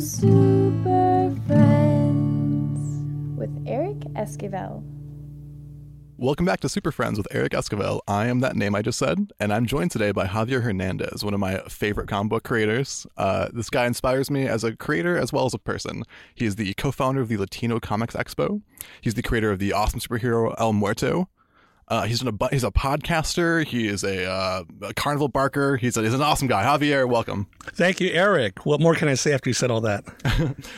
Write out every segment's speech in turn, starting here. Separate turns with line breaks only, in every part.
Super Friends with Eric Esquivel.
Welcome back to Super Friends with Eric Esquivel. I am that name I just said, and I'm joined today by Javier Hernandez, one of my favorite comic book creators. Uh, this guy inspires me as a creator as well as a person. He is the co founder of the Latino Comics Expo, he's the creator of the awesome superhero El Muerto. Uh, he's, an, he's a podcaster. He is a, uh, a carnival barker. He's, a, he's an awesome guy. Javier, welcome.
Thank you, Eric. What more can I say after you said all that?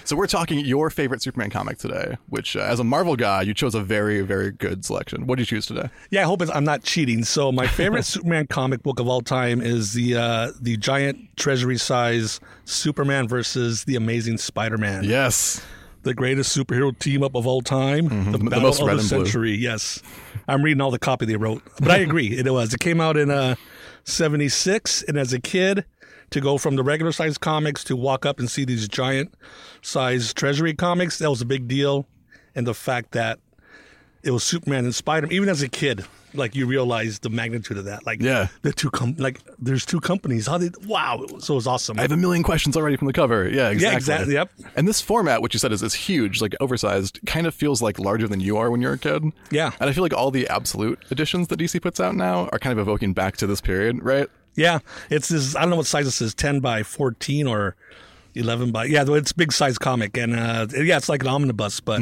So we're talking your favorite Superman comic today, which uh, as a Marvel guy, you chose a very, very good selection. What did you choose today?
Yeah, I hope it's, I'm not cheating. So my favorite Superman comic book of all time is the uh, the giant treasury size Superman versus the Amazing Spider-Man.
Yes.
The greatest superhero team up of all time, the,
Mm-hmm. the
battle
most
of
red
the
and blue.
century. Yes, I'm reading all the copy they wrote, but I agree it was. It came out in uh, '76, and as a kid, to go from the regular size comics to walk up and see these giant size treasury comics, that was a big deal, and the fact that it was Superman and Spider. Even as a kid, like you realize the magnitude of that. Like
Yeah.
the two com- like there's two companies. How did wow? So it was awesome.
I have a million questions already from the cover. Yeah, exactly.
exactly. Yep.
And this format, which you said is, is huge, like oversized, kind of feels like larger than you are when you're a kid.
Yeah.
And I feel like all the absolute editions that DC puts out now are kind of evoking back to this period, right?
yeah, it's this. I don't know what size this is. Ten by fourteen or. 11 by yeah it's a big size comic and uh yeah it's like an omnibus but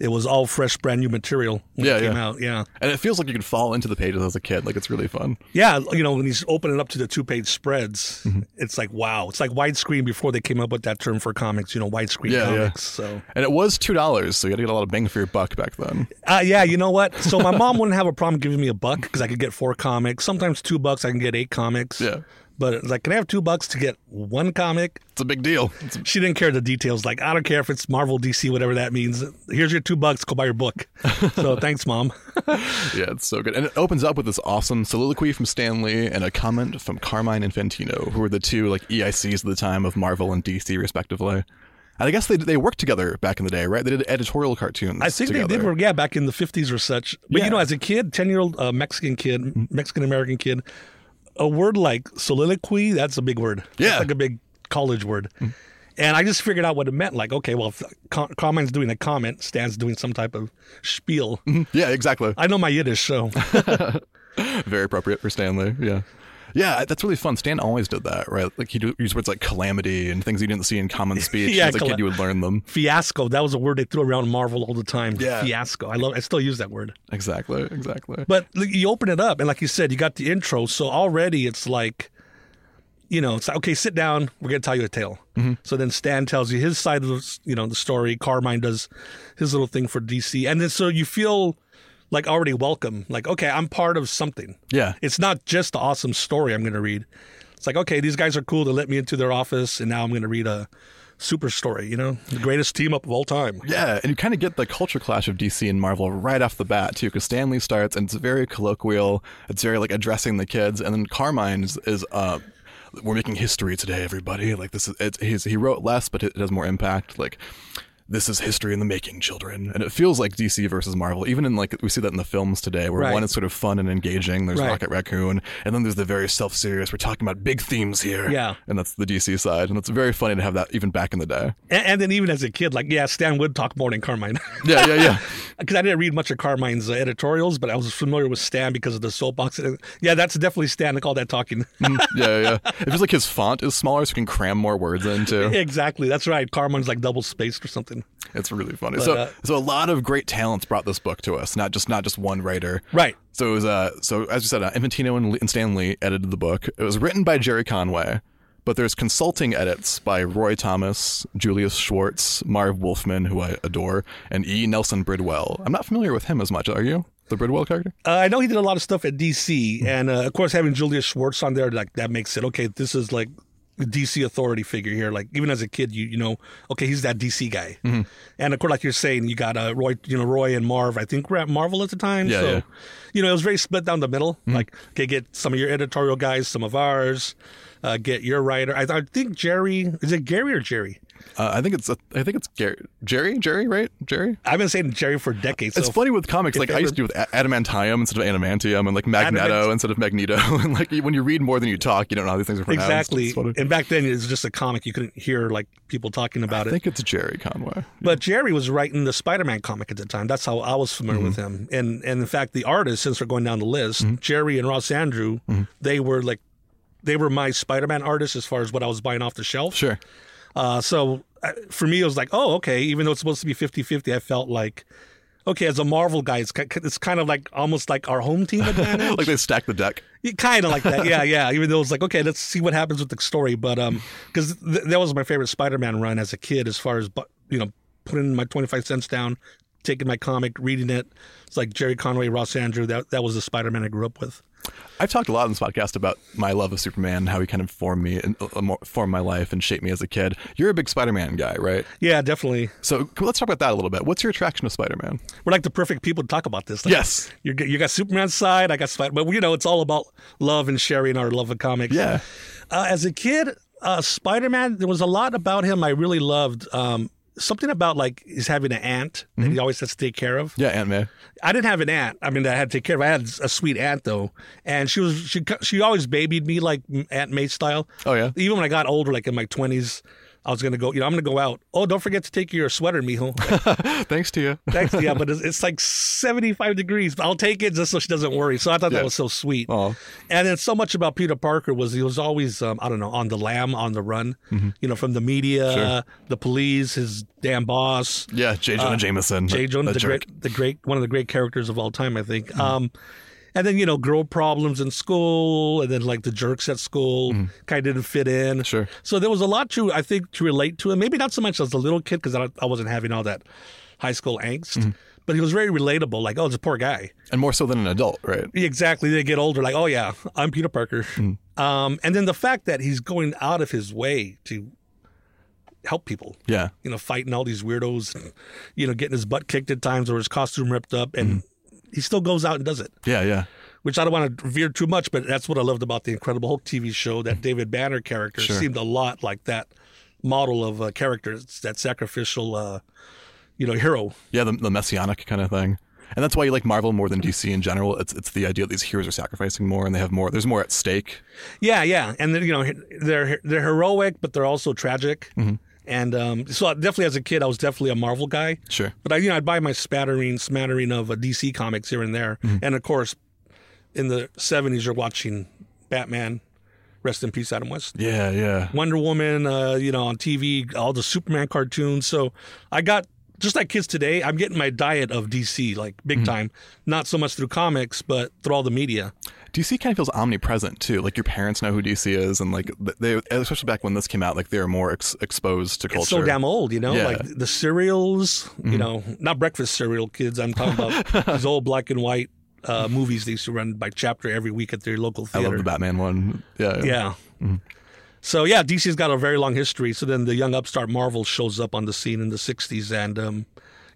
it was all fresh brand new material
Mm-hmm.
when
Yeah,
it came
yeah.
out yeah
And it feels like you can fall into the pages as a kid. Like it's really fun.
yeah you know when you open it up to the two page spreads
Mm-hmm.
it's like wow it's like widescreen before they came up with that term for comics you know widescreen
Yeah, yeah.
comics so
And it was two dollars, so you got to get a lot of bang for your buck back then.
Uh, yeah, you know what? So my mom wouldn't have a problem giving me a buck because I could get four comics. Sometimes two bucks, I can get eight comics.
Yeah.
But it's like, can I have two bucks to get one comic?
It's a big deal. It's a-
She didn't care the details. Like, I don't care if it's Marvel, DC, whatever that means. Here's your two bucks. Go buy your book. So thanks, mom.
yeah, it's so good. And it opens up with this awesome soliloquy from Stan Lee and a comment from Carmine Infantino, who were the two like EICs at the time of Marvel and DC respectively. And I guess they they worked together back in the day, right? They did editorial cartoons.
I think
together.
they did. Were, yeah, back in the fifties or such. But
Yeah. Mm-hmm.
you know, as a kid, ten year old uh, Mexican kid, Mexican American kid, a word like soliloquy. That's a big word. That's
Yeah. Mm-hmm.
like a big college word. And I just figured out what it meant. Like, okay, well, if com- Carmine's doing a comment, Stan's doing some type of spiel.
Yeah, exactly.
I know my Yiddish, so
Very appropriate for Stan Lee. Yeah. Yeah, that's really fun. Stan always did that, right? Like he'd use words like calamity and things you didn't see in common speech.
Yeah,
As a
cala-
kid, you would learn them.
fiasco. That was a word they threw around Marvel all the time.
Yeah.
Fiasco. I love. I still use that word.
Exactly, exactly.
But like, you open it up, and like you said, you got the intro. So already it's like, you know, it's like, okay, sit down. We're going to tell you a tale. So then Stan tells you his side of the, you know, the story. Carmine does his little thing for DC. And then so you feel like already welcome. Like, okay, I'm part of something.
yeah,
It's not just the awesome story I'm going to read. It's like, okay, these guys are cool. They let me into their office, and now I'm going to read a super story, you know, the greatest team up of all time.
Yeah, and you kind of get the culture clash of DC and Marvel right off the bat too, because Stanley starts and it's very colloquial. It's very like addressing the kids, and then Carmine is, is uh, we're making history today, everybody. Like this is it's, he's, he wrote less, but it has more impact. Like this is history in the making, children, and it feels like DC versus Marvel. Even in like we see that in the films today, where
Right.
one is sort of fun and engaging. There's
Right.
Rocket Raccoon, and then there's the very self serious. We're talking about big themes here.
Yeah.
and that's the DC side, and it's very funny to have that even back in the day.
And, and then even as a kid, like, yeah, Stan would talk more than Carmine.
Yeah, yeah, yeah.
because I didn't read much of Carmine's uh, editorials, but I was familiar with Stan because of the soapbox. Uh, Yeah, that's definitely Stan. Like all that talking.
yeah, yeah. It feels like his font is smaller, so he can cram more words into.
exactly. That's right. Carmine's like double spaced or something.
It's really funny. so,
uh,
so a lot of great talents brought this book to us. Not just not just one writer.
Right.
So it was. Uh, so as you said, uh, Infantino and, Le- and Stan Lee edited the book. It was written by Jerry Conway, but there's consulting edits by Roy Thomas, Julius Schwartz, Marv Wolfman, who I adore, and E. Nelson Bridwell. I'm not familiar with him as much. Are you? The Bridwell character?
Uh, I know he did a lot of stuff at DC, and uh, of course having Julius Schwartz on there, like that makes it okay. This is like the DC authority figure here. Like even as a kid, you you know, okay, he's that DC guy.
Mm-hmm.
And of course, like you're saying, you got uh, Roy, you know, Roy and Marv. I think were at Marvel at the time.
Yeah, Mm-hmm.
so
yeah.
you know, it was very split down the middle. Like okay, get some of your editorial guys, some of ours. Uh, get your writer. I, I think Jerry is it Gary or Jerry?
Uh, I think it's I think it's Gary, Jerry, Jerry, right? Jerry.
I've been saying Jerry for decades. So
It's funny with comics. Like I used to do with a- adamantium instead of adamantium, and like magneto
Adamant-
instead of magneto. and like you- when you read more than you talk, you don't know how these things are pronounced.
exactly.
It's funny.
And back then, it was just a comic. You couldn't hear like people talking about
I
it.
think it's Jerry Conway.
But Jerry was writing the Spider-Man comic at the time. That's how I was familiar with him. And and in fact, the artists, since we're going down the list, Jerry and Ross Andrew, they were like, they were my Spider-Man artists as far as what I was buying off the shelf.
Sure.
Uh, so uh, for me, it was like, oh, okay. Even though it's supposed to be 50-50, I felt like, okay, as a Marvel guy, it's ki- it's kind of like almost like our home team advantage.
Like they stack the deck.
Yeah, kind of like that. Yeah, yeah. Even though it's like, okay, let's see what happens with the story. But um, because th- that was my favorite Spider-Man run as a kid, as far as bu- you know, putting my twenty-five cents down, taking my comic, reading it. It's like Jerry Conway, Ross Andrew. That that was the Spider-Man I grew up with.
I've talked a lot on this podcast about my love of Superman, how he kind of formed me and uh, mo- formed my life and shaped me as a kid. You're a big Spider-Man guy, right?
Yeah, definitely.
So c- let's talk about that a little bit. What's your attraction to Spider-Man?
We're like the perfect people to talk about this. Like,
Yes.
you g- you got Superman's side, I got Spider. But you know, it's all about love and sharing our love of comics.
Yeah.
Uh, as a kid, uh, Spider Man, there was a lot about him I really loved. Um, something about like he's having an aunt that
Mm-hmm.
he always has to take care of.
Yeah, Aunt May.
I didn't have an aunt. I mean, that I had to take care of. I had a sweet aunt though, and she was she she always babied me like Aunt May style.
Oh, yeah?
Even when I got older, like in my twenties, I was gonna go. You know, I'm gonna go out. Oh, don't forget to take your sweater, mijo.
Thanks to you.
Thanks, yeah, but it's, it's like 75 degrees. I'll take it just so she doesn't worry. So I thought
Yeah.
that was so sweet.
Aw.
And then so much about Peter Parker was he was always, um, I don't know, on the lam, on the run,
Mm-hmm.
you know, from the media, the police, his damn boss.
Yeah, J. Jonah Jameson.
Jay Uh, Jonah,
That
the
jerk.
great, the great, one of the great characters of all time, I think. Um, and then you know, girl problems in school, and then like the jerks at school kind of didn't fit in.
Sure.
So there was a lot to I think to relate to him. Maybe not so much as a little kid because I, I wasn't having all that high school angst. But he was very relatable. Like, oh, this poor guy.
And more so than an adult, right?
Exactly. They get older. Like, oh yeah, I'm Peter Parker. Um, and then the fact that he's going out of his way to help people
Yeah.
you know, fighting all these weirdos, and, you know, getting his butt kicked at times or his costume ripped up, and he still goes out and does it.
Yeah, yeah.
Which I don't want to veer too much, but that's what I loved about the Incredible Hulk TV show. That David Banner character
Sure.
seemed a lot like that model of a character, It's that sacrificial, uh, you know, hero.
Yeah, the, the messianic kind of thing. And that's why you like Marvel more than DC in general. It's it's the idea that these heroes are sacrificing more and they have more. There's more at stake.
Yeah, yeah, and then, you know, they're they're heroic, but they're also tragic. And um, so, definitely as a kid, I was definitely a Marvel guy.
Sure.
But I, you know, I'd buy my spattering, smattering of uh, DC comics here and there,
Mm-hmm.
and of course, in the '70s, you're watching Batman, rest in peace, Adam West,
Yeah, yeah.
Wonder Woman, uh, you know, on TV, all the Superman cartoons. So I got just like kids today. I'm getting my diet of DC, like
Mm-hmm.
big time, not so much through comics, but through all the media.
DC kind of feels omnipresent too. Like your parents know who DC is, and like they, especially back when this came out, like they were more ex- exposed to culture.
It's so damn old, you know,
Yeah. Mm-hmm.
like the cereals, you know, not breakfast cereal, kids. I'm talking about these old black and white. Uh, movies they used to run by chapter every week at their local
I
theater.
love the Batman one. Yeah,
Yeah. Mm-hmm. So yeah, DC's got a very long history. So then the young upstart Marvel shows up on the scene in the '60s, and um,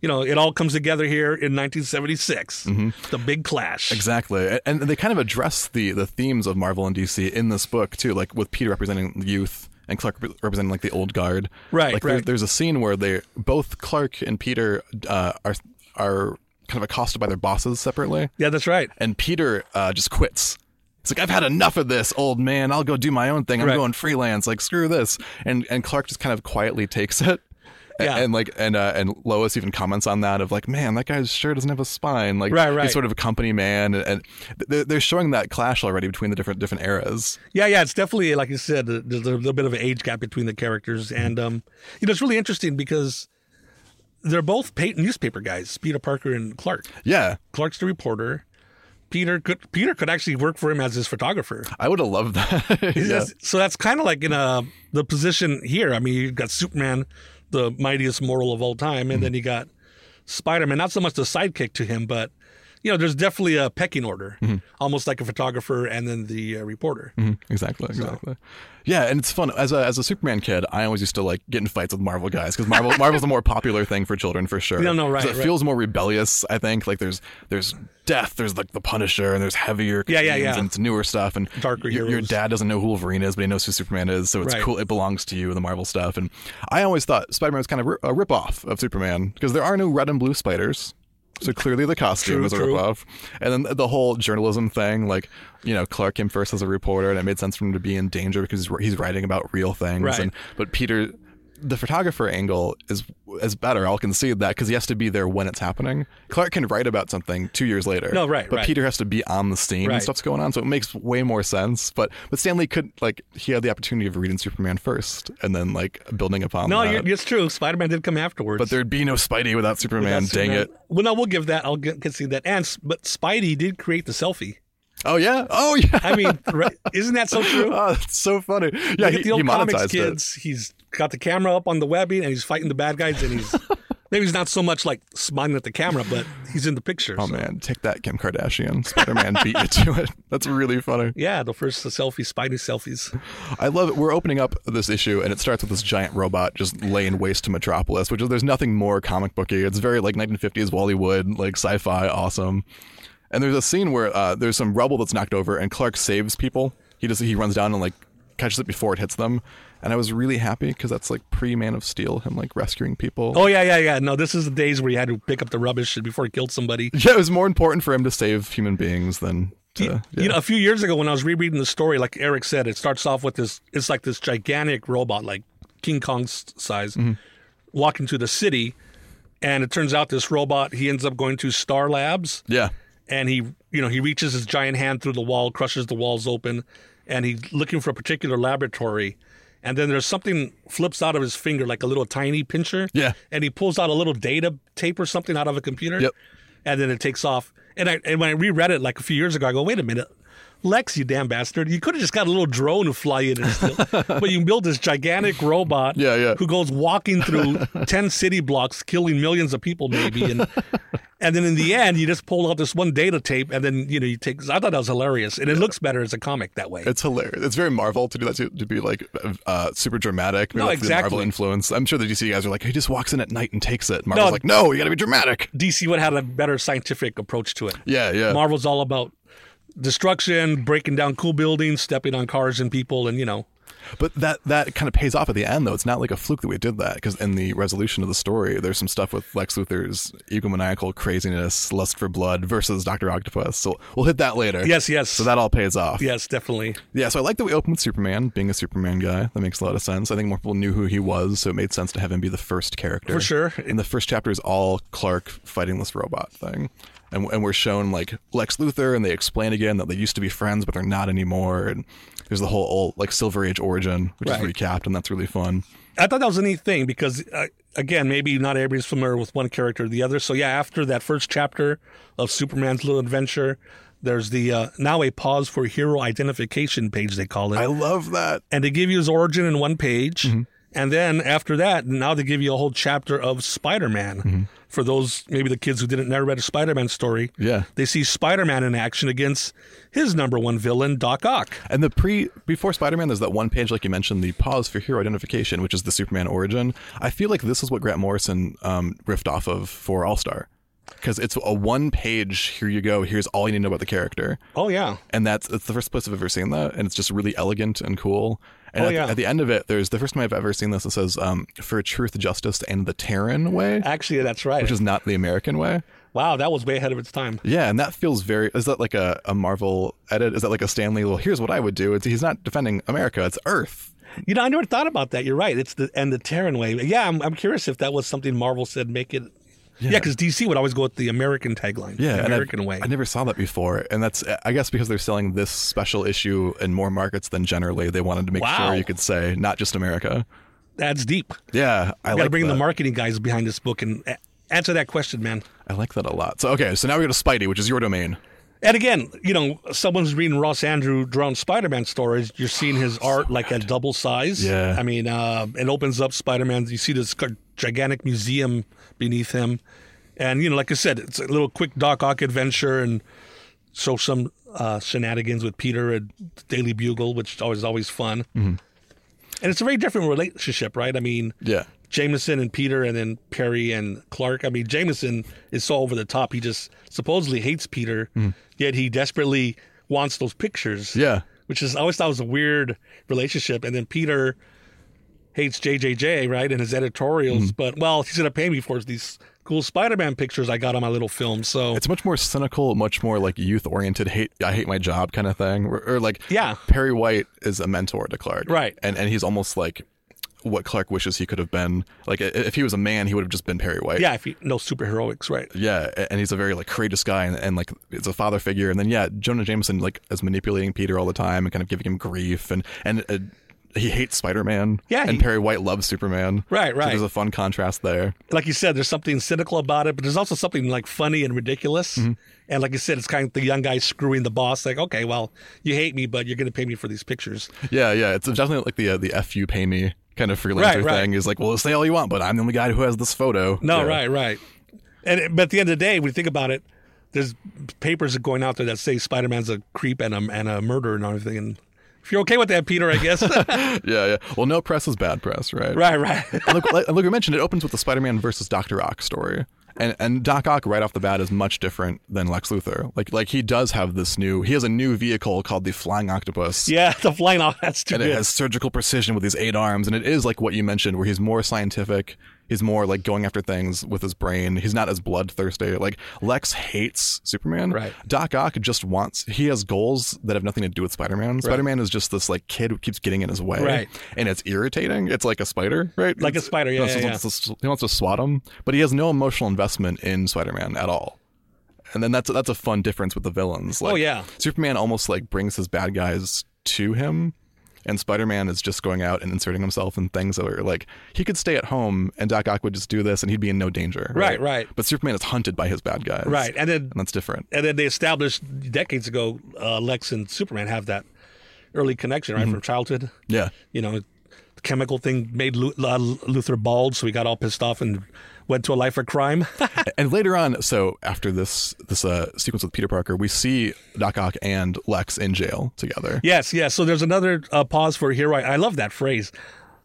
you know it all comes together here in 1976, the big clash.
Exactly, A- and they kind of address the the themes of Marvel and DC in this book too, like with Peter representing youth and Clark rep- representing like the old guard.
Right,
Like there-
right.
there's a scene where they both Clark and Peter uh, are are kind of accosted by their bosses separately,
Yeah, that's right.
and Peter uh, just quits. He's like, I've had enough of this, old man. I'll go do my own thing. I'm
Right.
going freelance. Like, screw this. And and Clark just kind of quietly takes it. A-
Yeah.
And like and uh, and Lois even comments on that of like, man, that guy sure doesn't have a spine. Like,
Right, right.
he's sort of a company man, and, and they're, they're showing that clash already between the different different eras.
Yeah, yeah, it's definitely like you said. uh, There's a little bit of an age gap between the characters, and um, you know it's really interesting because they're both pa- newspaper guys, Peter Parker and Clark.
Yeah,
Clark's the reporter. Peter could Peter could actually work for him as his photographer.
I would have loved that. yeah.
That's- So that's kind of like in a the position here. I mean, you've got Superman, the
Mm-hmm.
mightiest mortal of all time, and then you got Spider Man. Not so much the sidekick to him, but you know, there's definitely a pecking order,
Mm-hmm.
almost like a photographer and then the uh, reporter.
Mhm. Exactly, exactly. Yeah, and it's fun. As a as a Superman kid, I always used to like get in fights with Marvel guys because Marvel Marvel's a more popular thing for children for sure.
No, no,
'Cause
right,
It
right.
feels more rebellious. I think like there's there's death, there's like the Punisher, and there's heavier,
Yeah, yeah,
themes,
yeah.
and it's newer stuff and
Darker
your, your
heroes.
dad doesn't know who Wolverine is, but he knows who Superman is, so it's
Right.
cool. It belongs to you, the Marvel stuff. And I always thought Spider Man was kind of a rip off of Superman because there are no red and blue spiders. So clearly the costume
True,
is a
true.
rip off. And then the whole journalism thing, like, you know, Clark came first as a reporter and it made sense for him to be in danger because he's- he's writing about real things.
Right.
And, but Peter, the photographer angle is is better. I'll concede that because he has to be there when it's happening. Clark can write about something two years later.
No, right,
But
right.
Peter has to be on the scene and
Right.
stuff's going on, so it makes way more sense. But but Stanley could like he had the opportunity of reading Superman first and then like building upon
No,
that.
you're, it's true. Spider Man did come afterwards.
but there'd be no Spidey without Superman.
That's-
dang
no.
it!
Well, no, we'll give that. I'll get, concede that. And s- but Spidey did create the selfie.
Oh yeah! Oh yeah!
I mean, right, isn't that so true?
Oh, that's so funny. Yeah,
Look
he,
at the old
he
comics
monetized it.
kids. He's got the camera up on the webbing and he's fighting the bad guys and he's maybe he's not so much like smiling at the camera, but he's in the picture.
Oh
so.
man, take that, Kim Kardashian. Spider Man beat you to it. That's really funny.
Yeah, the first selfie, Spidey selfies.
I love it. We're opening up this issue, and it starts with this giant robot just laying waste to Metropolis, which is there's nothing more comic booky. It's very like 1950s Wally Wood, like sci-fi, awesome. And there's a scene where uh, there's some rubble that's knocked over, and Clark saves people. He just he runs down and like catches it before it hits them. And I was really happy because that's like pre Man of Steel, him like rescuing people.
Oh yeah, yeah, yeah. No, this is the days where you had to pick up the rubbish before he killed somebody.
Yeah, it was more important for him to save human beings than to. yeah.
You know, a few years ago when I was rereading the story, like Eric said, it starts off with this. It's like this gigantic robot, like King Kong's size,
Mm-hmm.
walking through the city, and it turns out this robot he ends up going to Star Labs,
yeah.
and he you know he reaches his giant hand through the wall crushes the walls open and he's looking for a particular laboratory and then there's something flips out of his finger like a little tiny pincher
Yeah.
and he pulls out a little data tape or something out of a computer
Yep.
and then it takes off and I and when I reread it like a few years ago I go wait a minute Lex you damn bastard you could have just got a little drone to fly in and still, but you build this gigantic robot
Yeah, yeah.
who goes walking through 10 city blocks killing millions of people maybe and and then in the end you just pull out this one data tape and then you know you take i thought that was hilarious and it looks better as a comic that way
It's hilarious. It's very Marvel to do that to, to be like uh, super dramatic. Maybe
No,
that's the Marvel
exactly.
influence. I'm sure the DC guys are like, he just walks in at night and takes it. Marvel's
No.
like, no, you got to be dramatic.
dc would have had a better scientific approach to it
Yeah, yeah.
marvel's all about destruction breaking down cool buildings stepping on cars and people and you know
but that that kind of pays off at the end, though. It's not like a fluke that we did that because in the resolution of the story, there's some stuff with Lex Luthor's egomaniacal craziness, lust for blood versus Doctor Octopus. So we'll hit that later.
yes yes
So that all pays off.
yes definitely
Yeah, so I like that we open with Superman being a Superman guy. That makes a lot of sense. I think more people knew who he was, so it made sense to have him be the first character.
For sure.
And the first chapter is all Clark fighting this robot thing. And, and we're shown like Lex Luthor, and they explain again that they used to be friends, but they're not anymore. And there's the whole old like Silver Age origin, which is
Right.
recapped, and that's really fun.
I thought that was a neat thing because, uh, again, maybe not everybody's familiar with one character or the other. So, yeah, after that first chapter of Superman's little adventure, there's the uh, now a pause for hero identification page, they call it.
I Mm-hmm. love that.
and they give you his origin in one page. And then after that, now they give you a whole chapter of Spider Man.
Mm-hmm.
For those, maybe the kids who didn't never read a Spider Man story,
Yeah.
they see Spider Man in action against his number one villain, Doc Ock.
And the pre before Spider Man, there's that one page, like you mentioned, the pause for hero identification, which is the Superman origin. I feel like this is what Grant Morrison um, riffed off of for All Star, because it's a one page. Here you go. Here's all you need to know about the character,
Oh, yeah.
and that's it's the first place I've ever seen that, and it's just really elegant and cool. And
Oh,
at,
yeah.
at the end of it, there's the first time I've ever seen this. It says um, "For Truth, Justice, and the Terran Way,"
Actually, that's right.
which is not the American way.
wow, that was way ahead of its time.
Yeah, and that feels very. Is that like a, a Marvel edit? Is that like a Stanley? Well, here's what I would do. It's, he's not defending America. It's Earth.
You know, I never thought about that. You're right. It's the and the Terran wave. Yeah, I'm, I'm curious if that was something Marvel said make it. Yeah, because DC would always go with the American tagline.
Yeah,
the
and I-
American way.
I never saw that before, and that's I guess because they're selling this special issue in more markets than generally. They wanted to make
Wow.
sure you could say not just America.
That's deep.
Yeah, I
I got to
like
bring
that.
the marketing guys behind this book and a- answer that question, man.
I like that a lot. So okay, so now we go to Spidey, which is your domain.
And again, you know, someone's reading Ross Andrew drawn Spider-Man stories. You're seeing his art like at double size.
Oh, Yeah.
I mean, uh, it opens up Spider-Man. You see this gi- gigantic museum beneath him, And you know, like I said, it's a little quick Doc Ock adventure, and so some uh, shenanigans with Peter at Daily Bugle, which is always always fun.
Mm-hmm.
And it's a very different relationship, right? I mean,
Yeah.
Jameson and Peter, and then Perry and Clark. I mean, Jameson is so over the top. He just supposedly hates Peter, yet he desperately wants those pictures.
Hmm. Yeah.
which is I always thought was a weird relationship. And then Peter hates JJJ, right, in his editorials.
Hmm.
But well, he's gonna pay me for these cool Spider-Man pictures I got on my little film. So
It's much more cynical, much more like youth oriented. Hate, I hate my job kind of thing. Or, or like,
Yeah.
Perry White is a mentor to Clark,
Right.
And and he's almost like what Clark wishes he could have been. Like i- if he was a man, he would have just been Perry White.
yeah, if you no superheroics, right?
yeah. a- And he's a very like courageous guy, and, and like it's a father figure. And then yeah, Jonah Jameson like is manipulating Peter all the time and kind of giving him grief, and and uh, he hates Spider Man.
Yeah,
and
he-
Perry White loves Superman.
Right,
So
right.
there's a fun contrast there.
Like you said, there's something cynical about it, but there's also something like funny and ridiculous.
Mm-hmm.
And like you said, it's kind of the young guy screwing the boss, like, okay, well, you hate me, but you're gonna pay me for these pictures.
Yeah, yeah. It's definitely like the uh, the f you pay me kind of freelancer
Right,
thing.
right.
Is like, well, say all you want, but I'm the only guy who has this photo.
No,
Yeah.
right, right. And it- but at the end of the day, when you think about it, there's papers going out there that say Spider Man's a creep and a and a murderer and everything. And if you're okay with that, Peter, I guess. right,
Yeah, yeah. Well, no press is bad press, right?
right.
And look, like, look, we mentioned it opens with the Spider-Man versus Doctor Ock story, and and Doc Ock right off the bat is much different than Lex Luthor. Like like he does have this new, he has a new vehicle called the Flying Octopus.
Yeah, the flying off. That's too
And it
good.
has surgical precision with these eight arms, and it is like what you mentioned, where he's more scientific. He's more like going after things with his brain. He's not as bloodthirsty. Like Lex hates Superman.
Right.
Doc Ock just wants. He has goals that have nothing to do with Spider-Man. Spider-Man is just this like kid who keeps getting in his way.
Right.
And it's irritating. It's like a spider, right?
Like a
It's-
spider,
he
yeah,
wants to-
yeah,
wants to- he wants to swat him, but he has no emotional investment in Spider-Man at all. And then that's that's a fun difference with the villains. Like,
Oh, yeah.
Superman almost like brings his bad guys to him, and Spider-Man is just going out and inserting himself in things that are like he could stay at home and Doc Ock would just do this and he'd be in no danger.
Right, right.
But Superman is hunted by his bad guys.
Right, and then
and that's different.
and then they established decades ago, uh, Lex and Superman have that early connection,
Mm-hmm.
right, from childhood.
Yeah,
You know, the chemical thing made Lu- uh, Luther bald, so he got all pissed off and went to a life of crime.
and later on, so after this this uh, sequence with Peter Parker, we see Doc Ock and Lex in jail together.
Yes, yes. So there's another uh, pause for hero. I love that phrase,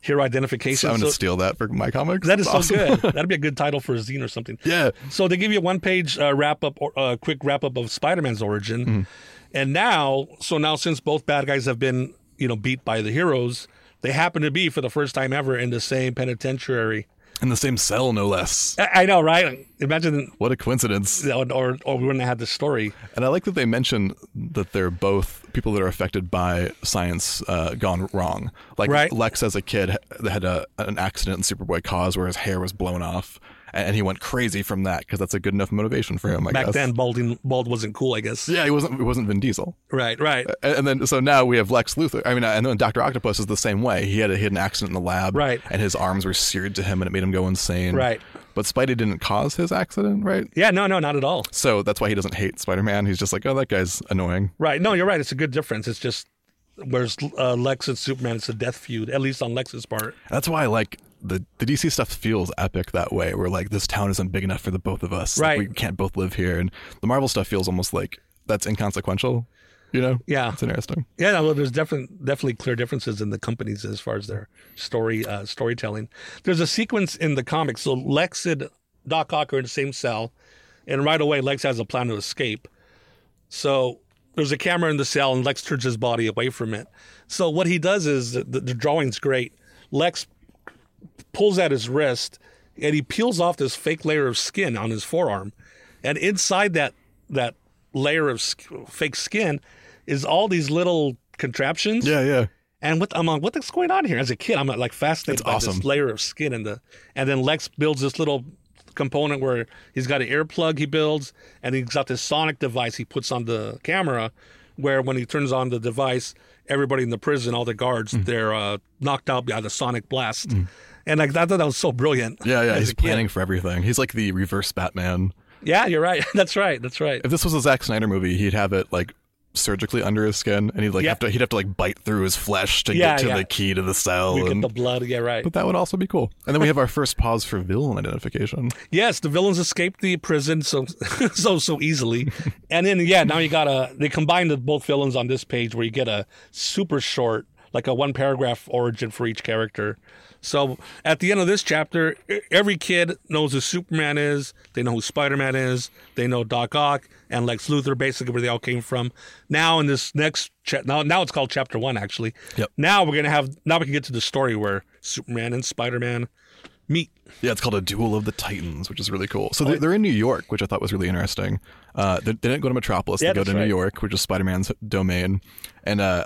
hero identification.
I'm gonna
So-
steal that for my comics.
that is so
Awesome.
good. That'd be a good title for a zine or something.
Yeah.
So they give you a one-page uh, wrap up, or uh, quick wrap up of Spider-Man's origin,
Mm-hmm.
and now, so now since both bad guys have been, you know, beat by the heroes, they happen to be for the first time ever in the same penitentiary.
In the same cell, no less.
I, I know, right? Imagine,
What a coincidence.
or, or or we wouldn't have had this story.
And I like that they mention that they're both people that are affected by science uh, gone wrong. Like
Right.
Lex, as a kid, h- had a, an accident in Superboy Cause where his hair was blown off, and he went crazy from that because that's a good enough motivation for him. I
Back
guess.
then, balding bald wasn't cool, I guess.
yeah, he wasn't. It wasn't Vin Diesel.
Right, right.
And and then, so now we have Lex Luthor. I mean, and then Doctor Octopus is the same way. He had a hidden accident in the lab,
Right.
And his arms were seared to him, and it made him go insane,
Right.
But Spidey didn't cause his accident, right?
Yeah, no, no, not at all.
So that's why he doesn't hate Spider-Man. He's just like, oh, that guy's annoying.
Right. No, you're right. It's a good difference. It's just whereas uh, Lex and Superman, it's a death feud, at least on Lex's part.
That's why I like the the DC stuff feels epic that way. Where like this town isn't big enough for the both of us. Like,
Right.
we can't both live here. And the Marvel stuff feels almost like that's inconsequential. You know?
Yeah.
It's interesting.
Yeah. No, well, there's definitely definitely clear differences in the companies as far as their story uh, storytelling. There's a sequence in the comics. So Lex and Doc Ock are in the same cell, and right away Lex has a plan to escape. So there's a camera in the cell, and Lex turns his body away from it. So what he does is the, the drawing's great. Lex pulls at his wrist and he peels off this fake layer of skin on his forearm and inside that that layer of sk- fake skin is all these little contraptions
Yeah, yeah.
and what i'm like what's going on here as a kid i'm like
It's
fascinated by
awesome.
this layer of skin and the and then lex builds this little component where he's got an earplug he builds and he's got this sonic device he puts on the camera where when he turns on the device everybody in the prison all the guards
Mm.
they're uh, knocked out by the sonic blast and like i thought that was so brilliant
Yeah, yeah.
as
He's
a kid.
planning for everything. He's like the reverse Batman.
yeah you're right that's right that's right
If this was a Zack Snyder movie, he'd have it like surgically under his skin, and he'd like
Yeah.
have to he'd have to like bite through his flesh to
Yeah,
get to
yeah.
the key to the cell.
We get
and-
the blood. Yeah, right.
but that would also be cool. And then we have our first pause for villain identification.
Yes, the villains escaped the prison so so so easily, and then yeah, now you got a they combined the both villains on this page where you get a super short like a one paragraph origin for each character. So at the end of this chapter, e- every kid knows who Superman is. They know who Spider Man is. They know Doc Ock and Lex Luthor, basically where they all came from. Now in this next cha- now now it's called Chapter One actually.
Yep.
Now we're gonna have now we can get to the story where Superman and Spider Man meet.
Yeah, it's called a Duel of the Titans, which is really cool.
Oh,
So they're, they're in New York, which I thought was really interesting. Uh, they, they didn't go to Metropolis;
Yeah,
they go
that's
to New
right.
York, which is Spider-Man's domain. And uh,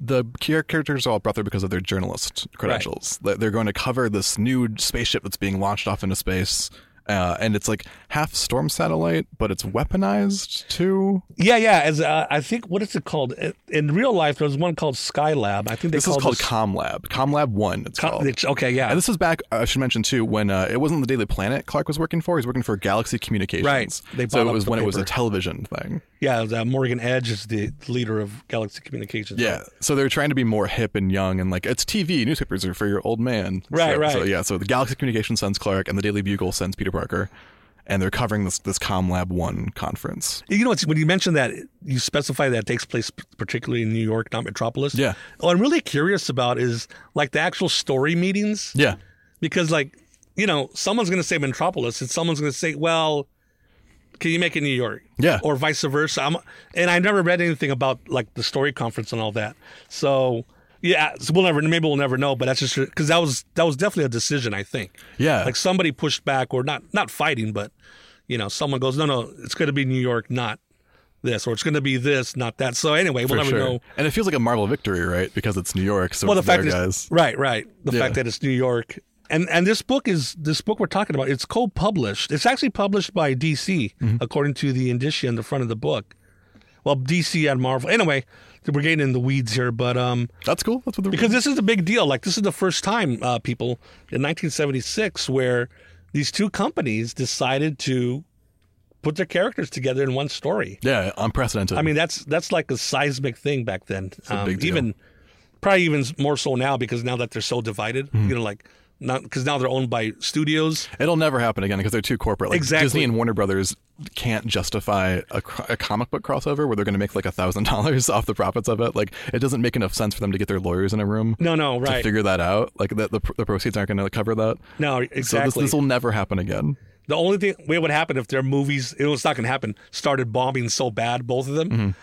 the char- characters are all brought there because of their journalist credentials. They- They're going to cover this new spaceship that's being launched off into space. Uh, and it's like half storm satellite, but it's weaponized too.
Yeah, yeah. As uh, I think, what is it called Uh, in real life? There was one called Skylab. I think they
This is called
called
ComLab. ComLab One. It's called.
It's- okay, yeah,
And Uh, this is back, I should mention too, when uh, it wasn't the Daily Planet Clark was working for. He was working for Galaxy Communications.
Right. They
so
bought
it
up
was
the
when it was a
paper.
television thing.
yeah. it was, uh, Morgan Edge is the leader of Galaxy Communications.
Yeah. So they're trying to be more hip and young and like, it's TV. Newspapers are for your old man.
Right,
so,
right.
So yeah. So the Galaxy Communications sends Clark and the Daily Bugle sends Peter Parker. And they're covering this, this ComLab 1 conference.
You know, it's, when you mention that, you specify that it takes place particularly in New York, not Metropolis.
Yeah.
What I'm really curious about is like the actual story meetings.
Yeah.
because like you know someone's going to say metropolis and someone's going to say well can you make it new york
Yeah.
or vice versa I'm, and i never read anything about like the story conference and all that so yeah so we'll never maybe we'll never know but that's just because that was that was definitely a decision i think
Yeah.
like somebody pushed back or not not fighting but you know someone goes no no it's going to be new york not this or it's going to be this not that so anyway we'll
for
never
sure.
know
And it feels like a Marvel victory, right? Because it's New York. So
well, the
it's their
fact is,
guys.
right, right. The
Yeah.
fact that it's New York, and and this book is this book we're talking about. It's co-published. It's actually published by DC,
Mm-hmm.
according to the indicia in the front of the book. Well, DC and Marvel. Anyway, we're getting in the weeds here, but um,
That's cool. That's what they're
because this is a big deal. Like this is the first time, uh, people, in 1976, where these two companies decided to put their characters together in one story.
Yeah. Unprecedented.
I mean, that's that's like a seismic thing back then. Um,
big deal.
Even probably even more so now because now that they're so divided,
Hmm.
you know, like not because now they're owned by studios.
It'll never happen again because they're too corporate. Like
Exactly.
Disney and Warner Brothers can't justify a, cr- a comic book crossover where they're going to make like a thousand dollars off the profits of it. Like it doesn't make enough sense for them to get their lawyers in a room
No, no,
to
right?
figure that out. Like that the, pr- the proceeds aren't going to cover that.
No,
So this
exactly.
this will never happen again.
the only thing what would happen if their movies, it was not going to happen. Started bombing so bad, both of them,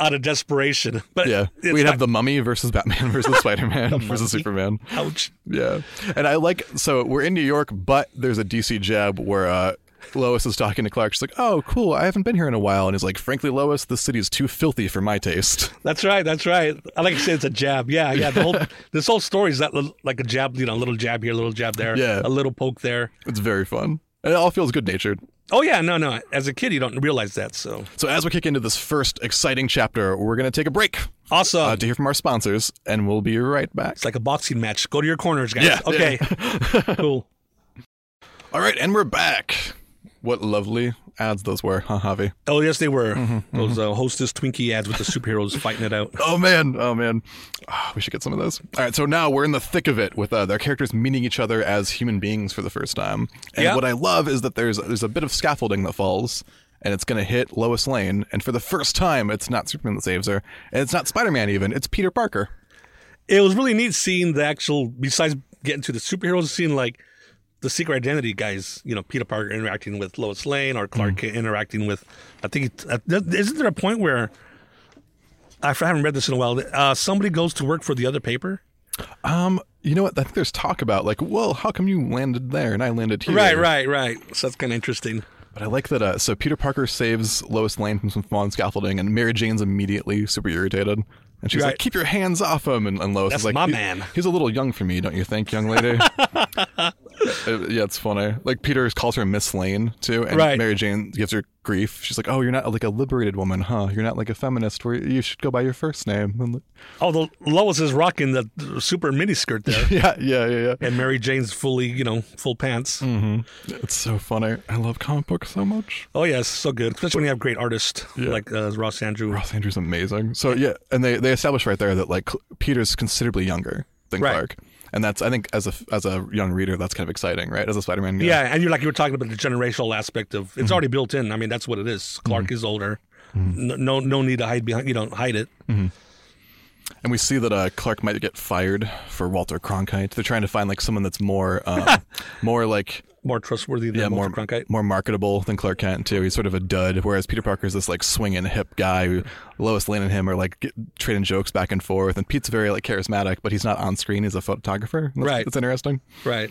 out of desperation. But
Mm-hmm. Yeah,
Uh, it's
we'd have
not-
the Mummy versus Batman versus Spider Man versus
Mummy.
Superman.
ouch.
Yeah, and I like so we're in New York, but there's a DC jab where uh, Lois is talking to Clark. She's like, "Oh, cool, I haven't been here in a while," and he's like, "Frankly, Lois, this city's too filthy for my taste."
That's right. That's right. I like to say it's a jab. Yeah, yeah. The whole this whole story is that little, like a jab, you know, a little jab here, a little jab there,
Yeah.
a little poke there.
It's very fun. And it all feels good natured.
Oh yeah, no, no. As a kid, you don't realize that. So
So, as we kick into this first exciting chapter, we're going to take a break
awesome.
uh, to hear from our sponsors, and we'll be right back.
It's like a boxing match. Go to your corners, guys.
Yeah,
Okay. cool.
All right, and we're back. What lovely ads those were, huh, Javi?
Oh yes, they were those uh, hostess Twinkie ads with the superheroes fighting it out.
Oh, man. Oh, man. Ah, we should get some of those. All right, so now we're in the thick of it with uh, their characters meeting each other as human beings for the first time. And
Yeah.
what I love is that there's, there's a bit of scaffolding that falls. And it's going to hit Lois Lane. And for the first time, it's not Superman that saves her. And it's not Spider Man, even. It's Peter Parker.
It was really neat seeing the actual. Besides getting to the superheroes, seeing like the secret identity guys. You know, Peter Parker interacting with Lois Lane or Clark Kent interacting with. I think it- uh, th- isn't there a point where I f- I haven't read this in a while. Uh, somebody goes to work for the other paper.
Um, you know what? I think there's talk about like, well, how come you landed there and I landed here?
Right, right, right. So that's kind of interesting.
But I like that. Uh, so Peter Parker saves Lois Lane from some fawn scaffolding, and Mary Jane's immediately super irritated, and she's like,
Right.
"Keep your hands off him!" And, and Lois
That's
is like,
my
"He-
man."
He's a little young for me, don't you think, young lady?" Uh, yeah, it's funny. Like Peter calls her Miss Lane too, and
Right.
Mary Jane gives her grief. She's like, "Oh, you're not like a liberated woman, huh? You're not like a feminist where you should go by your first name." And, like,
Although Lois is rocking the super miniskirt there,
yeah, yeah, yeah, yeah.
and Mary Jane's fully, you know, full pants.
It's so funny. I love comic books so much.
Oh yes, so good, especially when you have great artists like uh, Ross Andrew.
Ross Andrew's amazing. So yeah, and they they establish right there that like Cl- Peter's considerably younger than
Right.
Clark, and that's I think as a as a young reader that's kind of exciting, right? As a Spider-Man, guy.
Yeah, Mm-hmm. and you're like you were talking about the generational aspect of it's already built in. I mean, that's what it is. Clark is older. No, no, no need to hide behind. You don't hide it.
And we see that uh, Clark might get fired for Walter Cronkite. They're trying to find like someone that's more, uh, more like
More trustworthy than
yeah, more
Walter Cronkite.
more marketable than Clark Kent too. He's sort of a dud, whereas Peter Parker's this like swinging hip guy. Who, Lois Lane and him are like get, trading jokes back and forth. And Pete's very like charismatic, but he's not on screen. He's a photographer. That's,
Right.
That's interesting.
Right.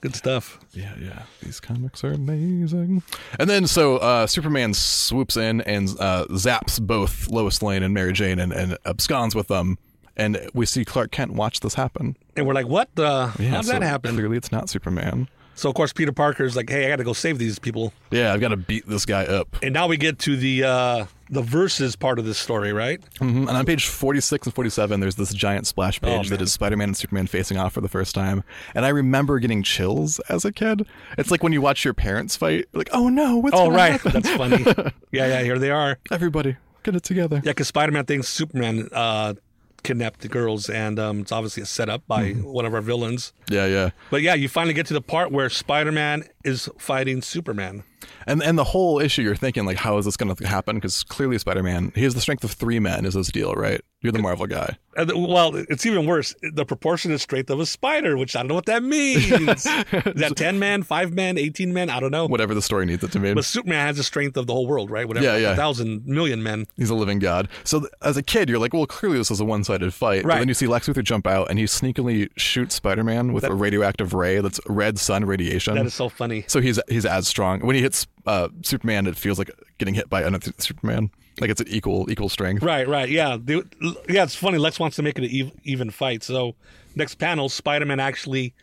Good stuff.
Yeah, yeah. These comics are amazing. And then so uh, Superman swoops in and uh, zaps both Lois Lane and Mary Jane and, and absconds with them. And we see Clark Kent watch this happen.
And we're like, what? The, how'd
so
that happen?
Clearly, it's not Superman.
So of course Peter Parker's like, hey, I got to go save these people.
Yeah, I've got to beat this guy up.
And now we get to the uh, the verses part of this story, right?
Mhm. And on page 46 and 47, there's this giant splash page that
man.
is Spider Oh, Man and Superman facing off for the first time. And I remember getting chills as a kid. It's like when you watch your parents fight, like, oh no, what's
Oh,
gonna
right.
happen?
That's funny. yeah, yeah. Here they are.
Everybody, get it together.
Yeah, because Spider Man thinks Superman uh, kidnapped the girls, and um, it's obviously a setup by
Mm-hmm.
one of our villains.
Yeah, yeah.
But yeah, you finally get to the part where Spider Man is fighting Superman.
And and the whole issue, you're thinking like, how is this going to happen? Because clearly, Spider Man, he has the strength of three men, is his deal, right? You're the Marvel guy.
And, well, it's even worse. The proportionate strength of a spider, which I don't know what that means. is that 10 man, 5 man, 18 man? I don't know.
Whatever the story needs it to be.
But Superman has the strength of the whole world, right? Whatever,
Yeah,
like
yeah.
a thousand million men.
He's a living god. So th- as a kid, you're like, well, clearly this is a one-sided fight. But
Right.
then you see Lex Luthor jump out and he sneakily shoots Spider-Man with a radioactive ray that's red sun radiation.
That is so funny.
so he's he's as strong. When he hits uh, Superman, it feels like getting hit by another Superman. Like it's an equal equal strength.
Right, right, yeah, They- yeah. It's funny. Lex wants to make it an ev- even fight. So next panel, Spider-Man actually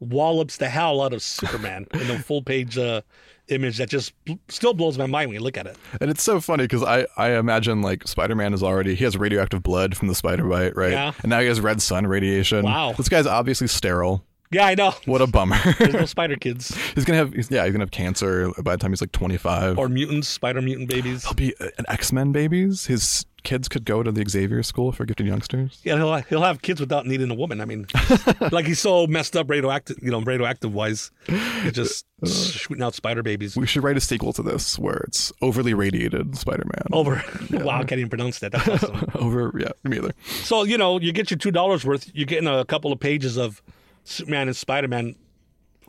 wallops the hell out of Superman in the full-page uh, image that just bl- still blows my mind when you look at it.
And it's so funny because I, I imagine like Spider-Man is already he has radioactive blood from the spider bite, right?
Yeah.
And now he has red sun radiation.
Wow.
This guy's obviously sterile.
Yeah, I know.
What a bummer.
There's no spider kids
he's gonna have he's, yeah he's gonna have cancer by the time he's like 25.
or mutants, spider mutant babies.
He'll be an X Men babies. His kids could go to the Xavier School for gifted youngsters.
Yeah, he'll he'll have kids without needing a woman. I mean, like he's so messed up radioactive, you know, radioactive wise, he's just shooting out spider babies.
We should write a sequel to this where it's overly radiated Spider Man.
Over. Wow, I can't even pronounce that. That's awesome.
Over, yeah, me either.
So you know, you get your two dollars worth. You're getting a couple of pages of Superman and Spider Man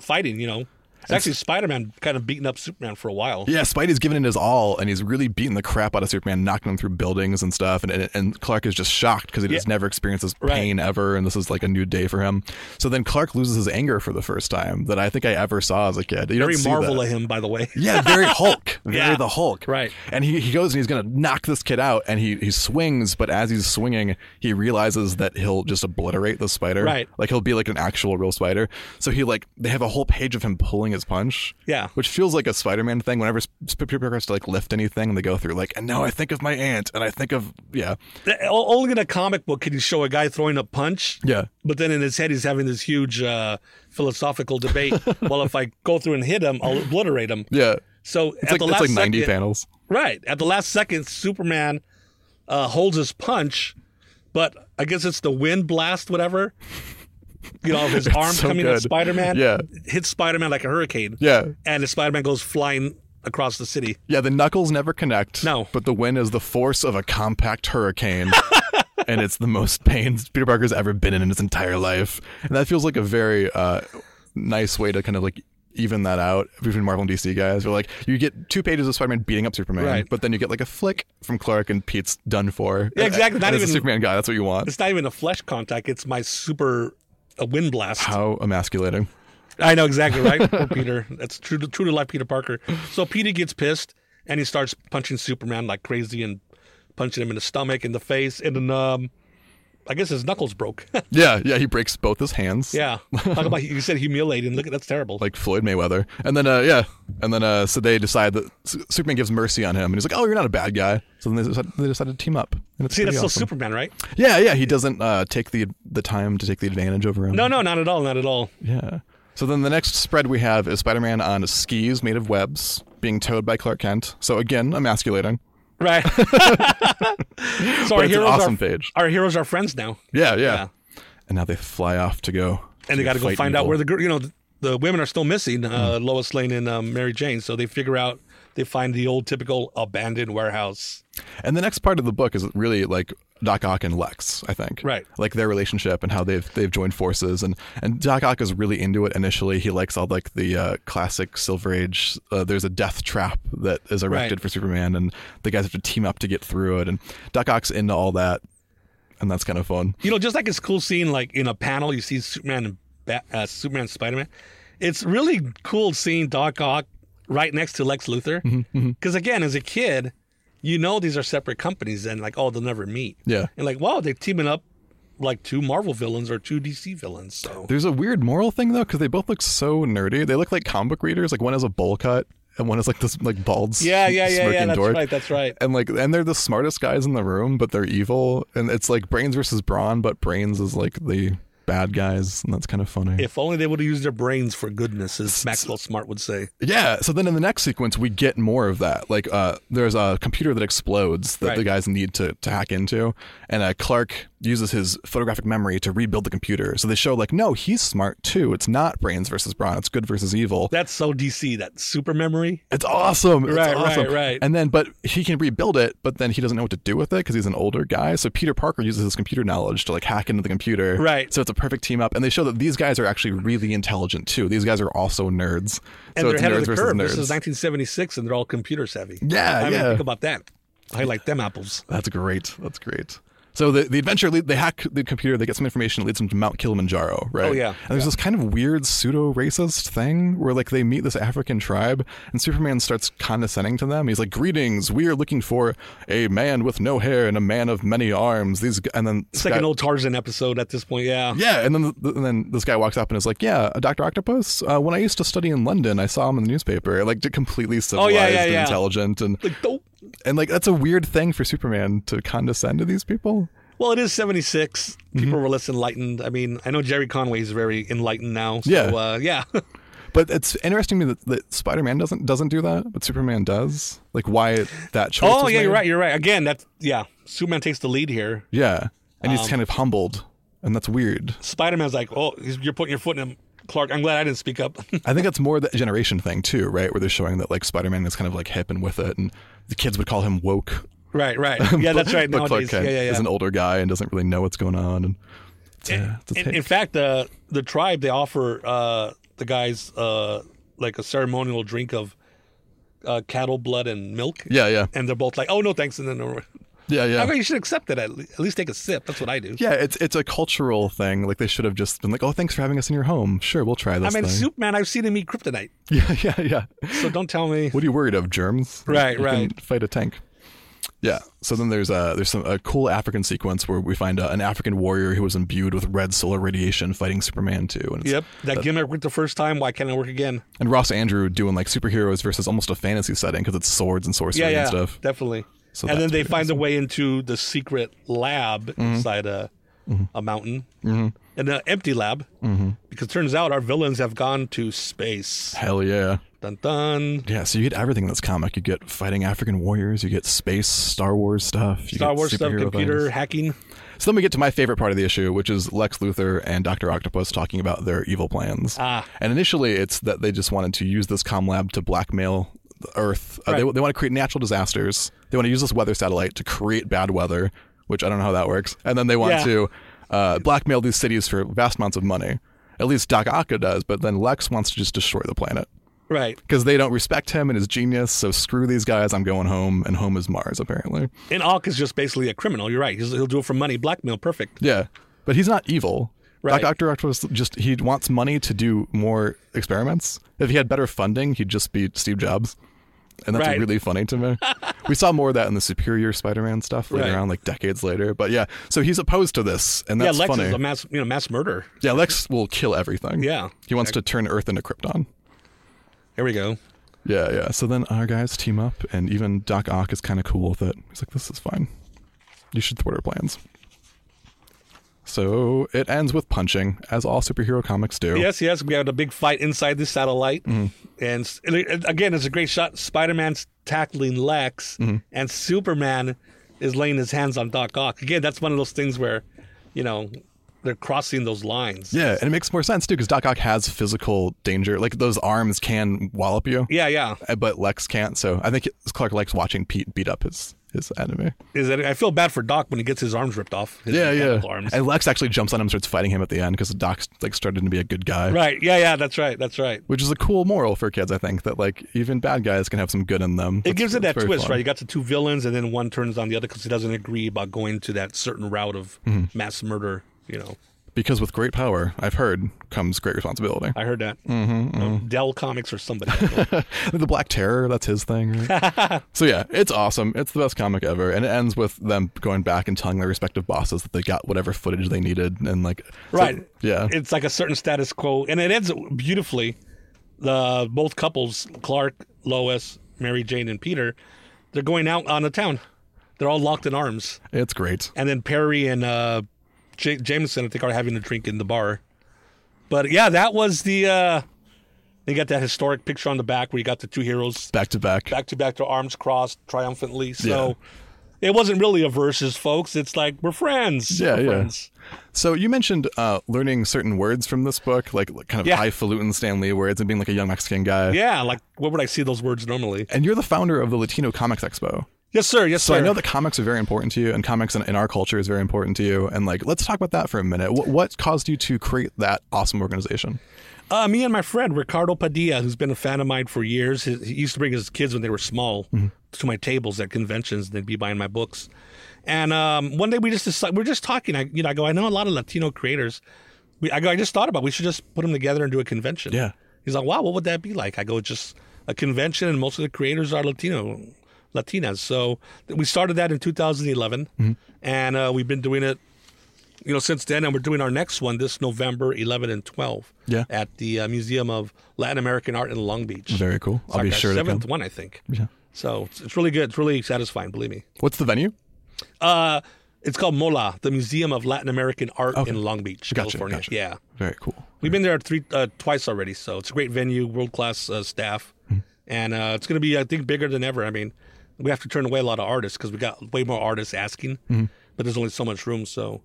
fighting. You know, it's actually Spider Man kind of beating up Superman for a while.
Yeah, Spidey's giving it his all, and he's really beating the crap out of Superman, knocking him through buildings and stuff. And and, and Clark is just shocked because he just never experiences
Right.
pain ever, and this is like a new day for him. So then Clark loses his anger for the first time that I think I ever saw as a kid. You don't
Very
see that.
Marvel of him, by the way.
Yeah, very Hulk. Very
Yeah.
the Hulk.
Right.
And he, he goes and he's going to knock this kid out and he, he swings, but as he's swinging, he realizes that he'll just obliterate the spider.
Right.
Like he'll be like an actual real spider. So he like, they have a whole page of him pulling his punch.
Yeah.
Which feels like a Spider Man thing. Whenever Sp- Sp- Peter Parker has to like lift anything, they go through like, and now I think of my aunt and I think of, yeah.
The- o- Only in a comic book can you show a guy throwing a punch.
Yeah.
But then in his head, he's having this huge uh, philosophical debate. well, if I go through and hit him, I'll obliterate him.
Yeah.
So
It's
at
like,
the
it's
last
like 90
second,
panels.
Right. At the last second, Superman uh, holds his punch, but I guess it's the wind blast, whatever. You know, of his arm
so
coming
good.
at Spider Man.
Yeah.
Hits Spider Man like a hurricane.
Yeah.
And Spider Man goes flying across the city.
Yeah, the knuckles never connect.
No.
But the wind is the force of a compact hurricane. and it's the most pain Peter Parker's ever been in in his entire life. And that feels like a very uh, nice way to kind of like even that out between Marvel and DC guys. We're like, you get two pages of Spider Man beating up Superman,
Right.
but then you get like a flick from Clark and Pete's done for.
Yeah, exactly. Not
And as a
even-
Superman guy, that's what you want.
It's not even a flesh contact, it's my super a wind blast.
How emasculating.
I know exactly, right? Poor Peter. That's true to, true to life Peter Parker. So Peter gets pissed and he starts punching Superman like crazy and punching him in the stomach, in the face, and then um I guess his knuckles broke.
Yeah, yeah, he breaks both his hands.
yeah, talk about you said humiliating. Look at that's terrible.
Like Floyd Mayweather. And then, uh, yeah. And then uh, so they decide that Su- Superman gives mercy on him. And he's like, oh, you're not a bad guy. So then they decide, they decide to team up. And it's
See,
pretty
that's still
awesome.
Superman, right?
Yeah, yeah. He doesn't uh, take the the time to take the advantage over him.
No, no, not at all, not at all.
Yeah. So then the next spread we have is Spider Man on skis made of webs being towed by Clark Kent. So again, emasculating.
Right. so
But
our
it's an
heroes,
awesome
are,
page.
our heroes are friends now,
Yeah, yeah,
Yeah.
And now they fly off to go.
and they got to go find out where the girl. You know, the, the women are still missing.
Mm.
Uh, Lois Lane and um, Mary Jane. So they figure out they find the old typical abandoned warehouse.
And the next part of the book is really like Doc Ock and Lex, I think.
Right.
Like their relationship and how they've they've joined forces and and Doc Ock is really into it initially. He likes all like the uh, classic Silver Age. Uh, there's a death trap that is erected
Right.
for Superman, and the guys have to team up to get through it. And Doc Ock's into all that, and that's kind of fun.
You know, just like it's cool seeing like in a panel you see Superman and Bat, uh, Superman and Spider Man. It's really cool seeing Doc Ock right next to Lex Luthor because
Mm-hmm,
again, as a kid, you know these are separate companies and like oh they'll never meet.
Yeah.
and like wow they're teaming up like two Marvel villains or two DC villains. So
There's a weird moral thing though, because they both look so nerdy. They look like comic book readers. Like one has a bowl cut, and one is like this like bald,
yeah, yeah, yeah,
smirking
yeah. That's
dork.
right. That's right.
and like and they're the smartest guys in the room but they're evil and it's like brains versus brawn but brains is like the bad guys and that's kind of funny
If only they would have used their brains for goodness, as Maxwell Smart would say.
yeah so then in the next sequence we get more of that like uh there's a computer that explodes that
Right.
the guys need to, to hack into and uh, clark uses his photographic memory to rebuild the computer so they show like no he's smart too it's not brains versus brawn it's good versus evil
That's so DC. That super memory.
It's awesome. It's
Right, right,
awesome.
right.
And then, but he can rebuild it, but then he doesn't know what to do with it because he's an older guy. So Peter Parker uses his computer knowledge to like hack into the computer.
Right.
So it's a perfect team up. And they show that these guys are actually really intelligent too. These guys are also nerds.
And
so
they're
it's
ahead
nerds
of the
versus
curve.
nerds.
This is 1976, and they're all computer savvy.
Yeah,
I mean,
yeah.
think about that. I like them apples.
That's great. That's great. So the, the adventure lead, they hack the computer, they get some information, it leads them to Mount Kilimanjaro, right?
Oh, yeah.
And there's this kind of weird pseudo racist thing where like they meet this African tribe and Superman starts condescending to them. He's like, "Greetings, we are looking for a man with no hair and a man of many arms." These g- and then
It's like an old Tarzan episode at this point. Yeah.
yeah, and then and then this guy walks up and is like, "Yeah, Doctor Octopus. Uh, when I used to study in London, I saw him in the newspaper. Like, completely civilized
Oh, yeah,
and
yeah.
intelligent, and
Like, dope.
and like that's a weird thing for Superman to condescend to these people."
Well, it is 76. People
Mm-hmm.
were less enlightened. I mean, I know Jerry Conway is very enlightened now. So,
Yeah.
Uh, yeah.
But it's interesting to me that, that Spider Man doesn't doesn't do that, but Superman does. Like why that choice?
oh,
was
yeah, you're
made.
right. You're right. Again, that's, yeah. Superman takes the lead here.
Yeah, and
Um,
he's kind of humbled, and that's weird.
Spider Man's like, oh, he's- you're putting your foot in him. Clark, I'm glad I didn't speak up.
I think that's more the generation thing too, right? Where they're showing that like Spider Man is kind of like hip and with it, and the kids would call him woke.
right, right. Yeah, that's right.
but Clark
nowadays. Yeah,
Kent
yeah, yeah.
is an older guy and doesn't really know what's going on. And it's, uh, it's a
in,
take.
in fact, the the tribe they offer uh, the guys uh, like a ceremonial drink of uh, cattle blood and milk,
yeah, yeah,
and they're both like, "Oh no, thanks." And then they're-
yeah, yeah.
I mean, you should accept it at, le- at least take a sip. That's what I do.
yeah, it's it's a cultural thing. Like they should have just been like, "Oh, thanks for having us in your home. Sure, we'll try
I
this."
mean,
thing.
Superman, I've seen him eat kryptonite,
yeah, yeah, yeah.
so don't tell me.
What are you worried of? Germs?
Right,
You can
right.
fight a tank. Yeah. So then there's a there's some a cool African sequence where we find uh, an African warrior who was imbued with red solar radiation fighting Superman too, and, it's-
Yep, that gimmick worked the first time. Why can't it work again?
and Ross Andrew doing like superheroes versus almost a fantasy setting because it's swords and sorcery
Yeah, yeah,
and stuff.
definitely.
So
and then
that's
they
pretty Mm-hmm.
find their way into the secret lab inside a a mountain, mm-hmm. and an empty lab, mm-hmm. because turns out our villains have gone to space.
Hell yeah.
Dun dun.
Yeah, so you get everything in this comic. You get fighting African warriors, you get space, Star Wars stuff, you
Star
get
Wars stuff,
superhero
computer
things.
hacking.
So then we get to my favorite part of the issue, which is Lex Luthor and Dr. Octopus talking about their evil plans.
Ah.
And initially, it's that they just wanted to use this comlab to blackmail the Earth. Uh, they,
Right.
they want to create natural disasters. They want to use this weather satellite to create bad weather, which I don't know how that works. And then they want
Yeah.
to uh, blackmail these cities for vast amounts of money. At least Doc Ock does, but then Lex wants to just destroy the planet
Right.
because they don't respect him and his genius. So screw these guys. I'm going home, and home is Mars apparently.
And Alk is just basically a criminal. You're right. He's, he'll do it for money. Blackmail. Perfect.
Yeah, but he's not evil. Right.
Right.
Doctor Octopus just he wants money to do more experiments. If he had better funding, he'd just be Steve Jobs. and that's
Right.
really funny to me. we saw more of that in the Superior Spider-Man stuff later
Right.
on, like decades later. But yeah, so he's opposed to this, and
yeah,
that's
Lex
funny.
is a mass, you know, mass murderer.
yeah, Lex will kill everything.
Yeah.
he wants to turn Earth into Krypton.
Here we go.
Yeah, yeah. So then our guys team up, and even Doc Ock is kind of cool with it. He's like, "This is fine. You should thwart our plans." So it ends with punching, as all superhero comics do.
Yes, yes, we had a big fight inside the satellite,
Mm-hmm.
and s- and it- again, it's a great shot. Spider-Man's tackling Lex,
Mm-hmm.
and Superman is laying his hands on Doc Ock. Again, that's one of those things where, you know, they're crossing those lines.
Yeah, and it makes more sense too because Doc Ock has physical danger. Like those arms can wallop you,
yeah, yeah.
uh, but Lex can't. So I think it's- Clark likes watching Pete beat up his his enemy.
Is that I feel bad for Doc when he gets his arms ripped off. his
Yeah, yeah.
mechanical Arms.
And Lex actually jumps on him, and starts fighting him at the end because Doc's like started to be a good guy,
Right. Yeah, yeah. That's right. That's right.
which is a cool moral for kids. I think that like even bad guys can have some good in them.
It gives it that twist, right? You got the two villains, and then one turns on the other because he doesn't agree about going to that certain route of
Mm-hmm.
mass murder. You know,
Because with great power, I've heard, comes great responsibility.
I heard that
Mm-hmm,
Um, Dell Comics or somebody.
the Black Terror, that's his thing. right? so yeah, it's awesome. It's the best comic ever, and it ends with them going back and telling their respective bosses that they got whatever footage they needed, and like, so-
right?
yeah,
It's like a certain status quo, and it ends beautifully. The both couples, Clark, Lois, Mary Jane, and Peter, they're going out on a town. They're all locked in arms,
it's great.
and then Perry and uh, J- Jameson, I think, are having a drink in the bar. But yeah, that was the. Uh, they got that historic picture on the back where you got the two heroes
Back to back.
back to back to arms crossed triumphantly. So it wasn't really a versus, folks. It's like we're friends.
Yeah,
We're
yeah.
Friends.
So you mentioned uh, learning certain words from this book, like, like kind of
Yeah.
highfalutin Stan Lee words, and being like a young Mexican guy.
Yeah, like where would I see those words normally?
And you're the founder of the Latino Comics Expo.
Yes, sir. Yes,
So
sir.
I know that comics are very important to you, and comics in, in our culture is very important to you. And like, let's talk about that for a minute. What, what caused you to create that awesome organization?
Uh, me and my friend Ricardo Padilla, who's been a fan of mine for years, he, he used to bring his kids when they were small
Mm-hmm.
to my tables at conventions. They'd be buying my books, and um, one day we just decided, we we're just talking. I, you know, I go, I know a lot of Latino creators. We, I go, I just thought about it. we should just put them together and do a convention.
Yeah.
he's like, wow, what would that be like? I go, just a convention, and most of the creators are Latino, Latinas. So we started that in 2011,
Mm-hmm.
and uh, we've been doing it you know, since then, and we're doing our next one this November 11 and 12
Yeah.
at the uh, Museum of Latin American Art in Long Beach.
Very cool.
It's
I'll be
like our
sure to come.
seventh one, I think.
Yeah.
So it's, it's really good. It's really satisfying, believe me.
What's the venue?
Uh, it's called MOLA, the Museum of Latin American Art in Long Beach,
Gotcha,
California.
gotcha.
Yeah.
Very cool.
We've been there three uh, twice already, so it's a great venue, world class uh, staff,
Mm-hmm.
and uh, it's going to be, I think, bigger than ever. I mean, we have to turn away a lot of artists because we got way more artists asking,
Mm-hmm.
but there's only so much room. So,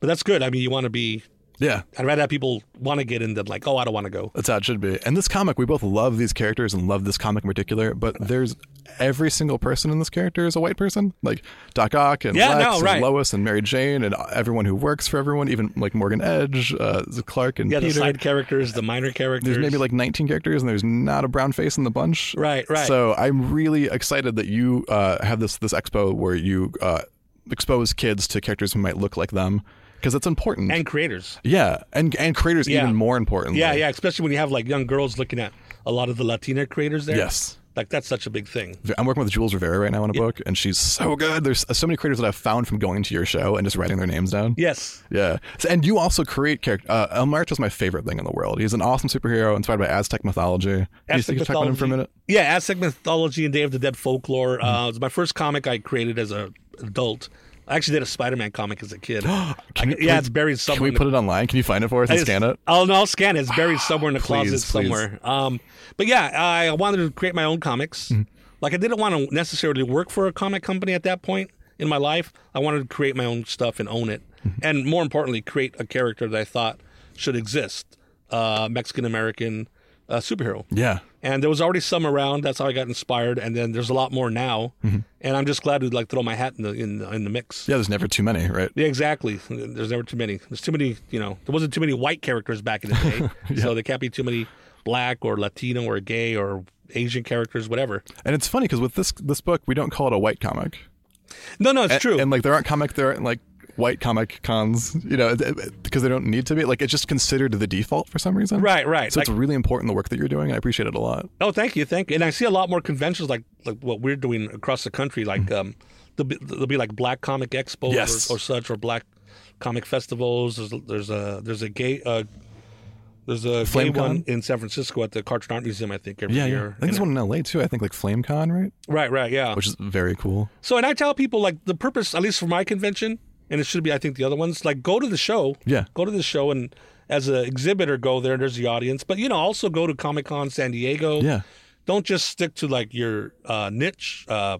but that's good. I mean, you want to be
Yeah,
I'd rather have people want to get in than like, oh, I don't want to go.
that's how it should be. And this comic, we both love these characters and love this comic in particular. But there's every single person in this character is a white person, like Doc Ock and
Yeah,
Lex
no, right.
and Lois and Mary Jane and everyone who works for everyone, even like Morgan Edge, uh, Clark and
Yeah, the
Peter.
side characters, the minor characters.
there's maybe like 19 characters and there's not a brown face in the bunch.
Right, right.
So I'm really excited that you uh, have this this expo where you uh, expose kids to characters who might look like them because it's important.
and creators.
yeah, and and creators
Yeah.
even more important.
Yeah, yeah. Especially when you have like young girls looking at a lot of the Latina creators there.
Yes.
like that's such a big thing.
I'm working with Jules Rivera right now on a book, and she's so good. There's uh, so many creators that I've found from going to your show and just writing their names down.
Yes.
Yeah. So- and you also create character. Uh, El March is my favorite thing in the world. He's an awesome superhero inspired by Aztec mythology. Can you
Aztec
think- talk about him for a
mythology.
minute? Mm-hmm.
Yeah, Aztec mythology and Day of the Dead folklore. Uh, it was my first comic I created as a adult. I actually did a Spider-Man comic as a kid.
Can you-
yeah, it's buried
Can
somewhere.
we
in the-
put it online? Can you find it for us and
It's-
scan it?
I'll, no, I'll scan it. It's buried somewhere in the closet
Please, please.
somewhere. Um, but yeah, I wanted to create my own comics.
Mm-hmm.
Like I didn't want to necessarily work for a comic company at that point in my life. I wanted to create my own stuff and own it,
Mm-hmm.
and more importantly, create a character that I thought should exist, uh, Mexican American uh, superhero.
Yeah.
And there was already some around. That's how I got inspired. And then there's a lot more now.
Mm-hmm.
And I'm just glad to like throw my hat in the in the, in the mix.
Yeah, there's never too many, right?
Yeah, exactly. There's never too many. There's too many, you know, there wasn't too many white characters back in the day. So there can't be too many black or Latino or gay or Asian characters, whatever.
And it's funny because with this this book, we don't call it a white comic.
No, no, it's
A-
true.
And like there aren't comic there aren't like white comic cons, you know, th- because they don't need to be. Like it's just considered the default for some reason.
Right, right.
So
Like-
it's really important the work that you're doing. I appreciate it a lot.
Oh, thank you, thank you. And I see a lot more conventions like like what we're doing across the country. Like um, there'll be, there'll be like Black Comic Expo
Mm-hmm. Yes.
or, or such, or Black Comic Festivals. There's there's a there's a gay uh, there's a gay
FlameCon?
one in San Francisco at the Cartoon Art Museum, I think, every
Yeah, yeah. I
year.
think there's
And-
one in LA too. I think like FlameCon, right?
Right, right, yeah.
Which is very cool.
So, and I tell people like the purpose, at least for my convention, and it should be, I think, the other ones, like go to the show.
Yeah.
Go to the show and as an exhibitor, go there. There's the audience, but you know, also go to Comic Con San Diego.
Yeah.
Don't just stick to like your uh, niche, uh,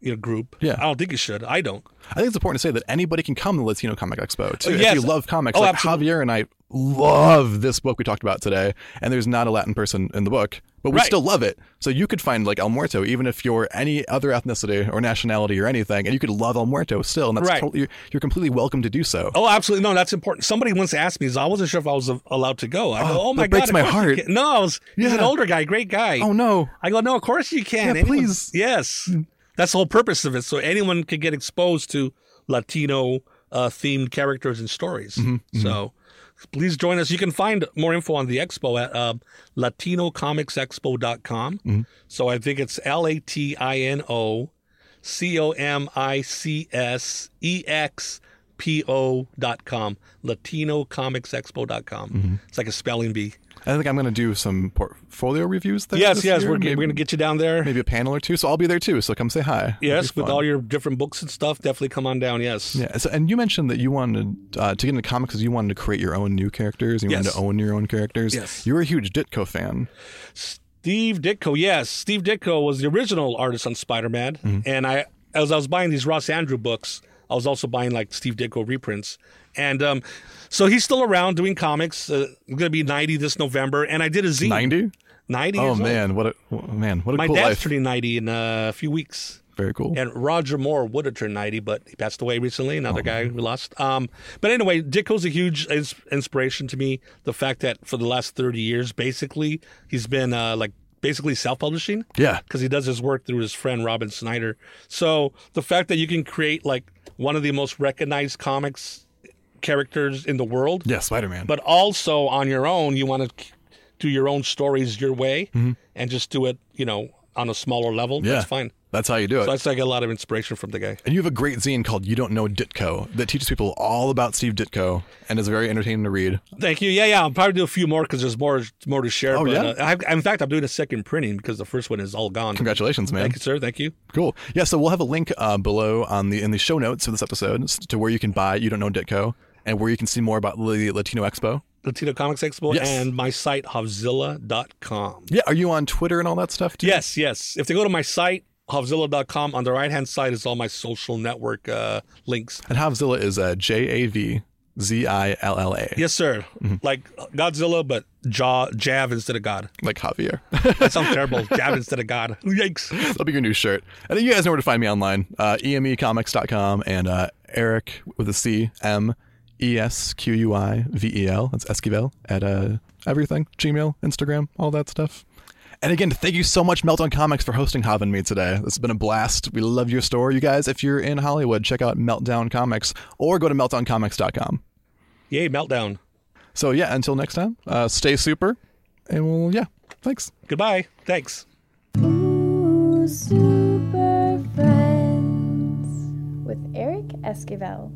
you know, group.
Yeah.
I don't think you should. I don't.
I think it's important to say that anybody can come to Latino Comic Expo too.
Oh, yes.
If you love comics,
Oh,
like
absolutely.
Javier and I love this book we talked about today, and there's not a Latin person in the book, but we
Right.
still love it. So you could find like El Muerto, even if you're any other ethnicity or nationality or anything, and you could love El Muerto still, and that's
Right.
totally, you're, you're completely welcome to do so.
Oh, absolutely. No, that's important. Somebody once asked me, is I wasn't sure if I was a- allowed to go. I go, oh, my
that breaks
God. of
my
course you
heart.
can." No, I was, he's an
Yeah.
older guy, great guy.
Oh, no.
I go, no, of course you can.
Yeah,
Anyone-
please.
Yes. That's the whole purpose of it. So anyone could get exposed to Latino uh, themed characters and stories.
Mm-hmm,
So please join us. You can find more info on the expo at uh, latinocomicsexpo.com.
Mm-hmm.
So I think it's L A T I N O C O M I C S E X P O dot com. Latinocomicsexpo.com.
Mm-hmm.
It's like a spelling bee.
I think I'm going to do some portfolio reviews there.
Yes,
this
yes.
year.
We're,
maybe,
we're going to get you down there.
maybe a panel or two. So I'll be there too. So come say hi. It'll
Yes,
be
with
fun.
all your different books and stuff, definitely come on down. Yes.
Yeah, so, and you mentioned that you wanted uh, to get into comics because you wanted to create your own new characters. You wanted
Yes.
to own your own characters.
Yes.
you were a huge Ditko fan.
Steve Ditko, yes, Steve Ditko was the original artist on Spider Man,
Mm-hmm.
and I as I was buying these Ross Andrew books, I was also buying like Steve Ditko reprints, and um, so he's still around doing comics. Uh, I'm gonna be 90 this November, and I did a zine.
Ninety.
90
Oh
years old.
man, what a wh- man, what a
my
cool
dad's
life.
turning 90 in uh, a few weeks.
Very cool.
and Roger Moore would have turned 90, but he passed away recently.
Oh,
Another guy we lost. Um, but anyway, Ditko's a huge ins- inspiration to me. The fact that for the last 30 years, basically, he's been uh, like basically self publishing
yeah,
because he does his work through his friend Robin Snyder. So the fact that you can create like one of the most recognized comics characters in the world
yeah, Spider Man.
but also on your own you want to do your own stories your way and just do it you know on a smaller level
Mm-hmm. yeah,
that's fine
That's how you do it.
so that's like a lot of inspiration from the guy
and you have a great zine called "You Don't Know Ditko" that teaches people all about Steve Ditko and is very entertaining to read.
Thank you. Yeah, yeah. I'll probably do a few more because there's more more to share.
Oh,
but,
yeah?
uh, I, in fact, I'm doing a second printing because the first one is all gone.
Congratulations, man!
Thank you, sir. Thank you.
Cool. Yeah, so we'll have a link uh, below on the in the show notes of this episode s- to where you can buy "You Don't Know Ditko" and where you can see more about the Latino Expo.
Latino Comics Expo
Yes.
and my site, Hovzilla.com.
Yeah, are you on Twitter and all that stuff? Too?
Yes, yes. If they go to my site, Hovzilla.com, on the right hand side is all my social network uh, links.
And Havzilla is uh, J A V Z I L L A,
Yes, sir.
Mm-hmm.
Like Godzilla, but ja- Jav instead of God.
like Javier.
That sounds terrible. Jav instead of God. Yikes.
That'll be your new shirt. And then you guys know where to find me online uh, emecomics.com and uh, Eric with a C M E S Q U I V E L. That's Esquivel at uh, everything Gmail, Instagram, all that stuff. And again, thank you so much, Meltdown Comics, for hosting Hav and me today. This has been a blast. We love your store. You guys, if you're in Hollywood, check out Meltdown Comics or go to meltdowncomics.com.
Yay, meltdown.
So, yeah, until next time, uh, stay super. And we'll, yeah, thanks.
Goodbye. Thanks.
Ooh, super friends with Eric Esquivel.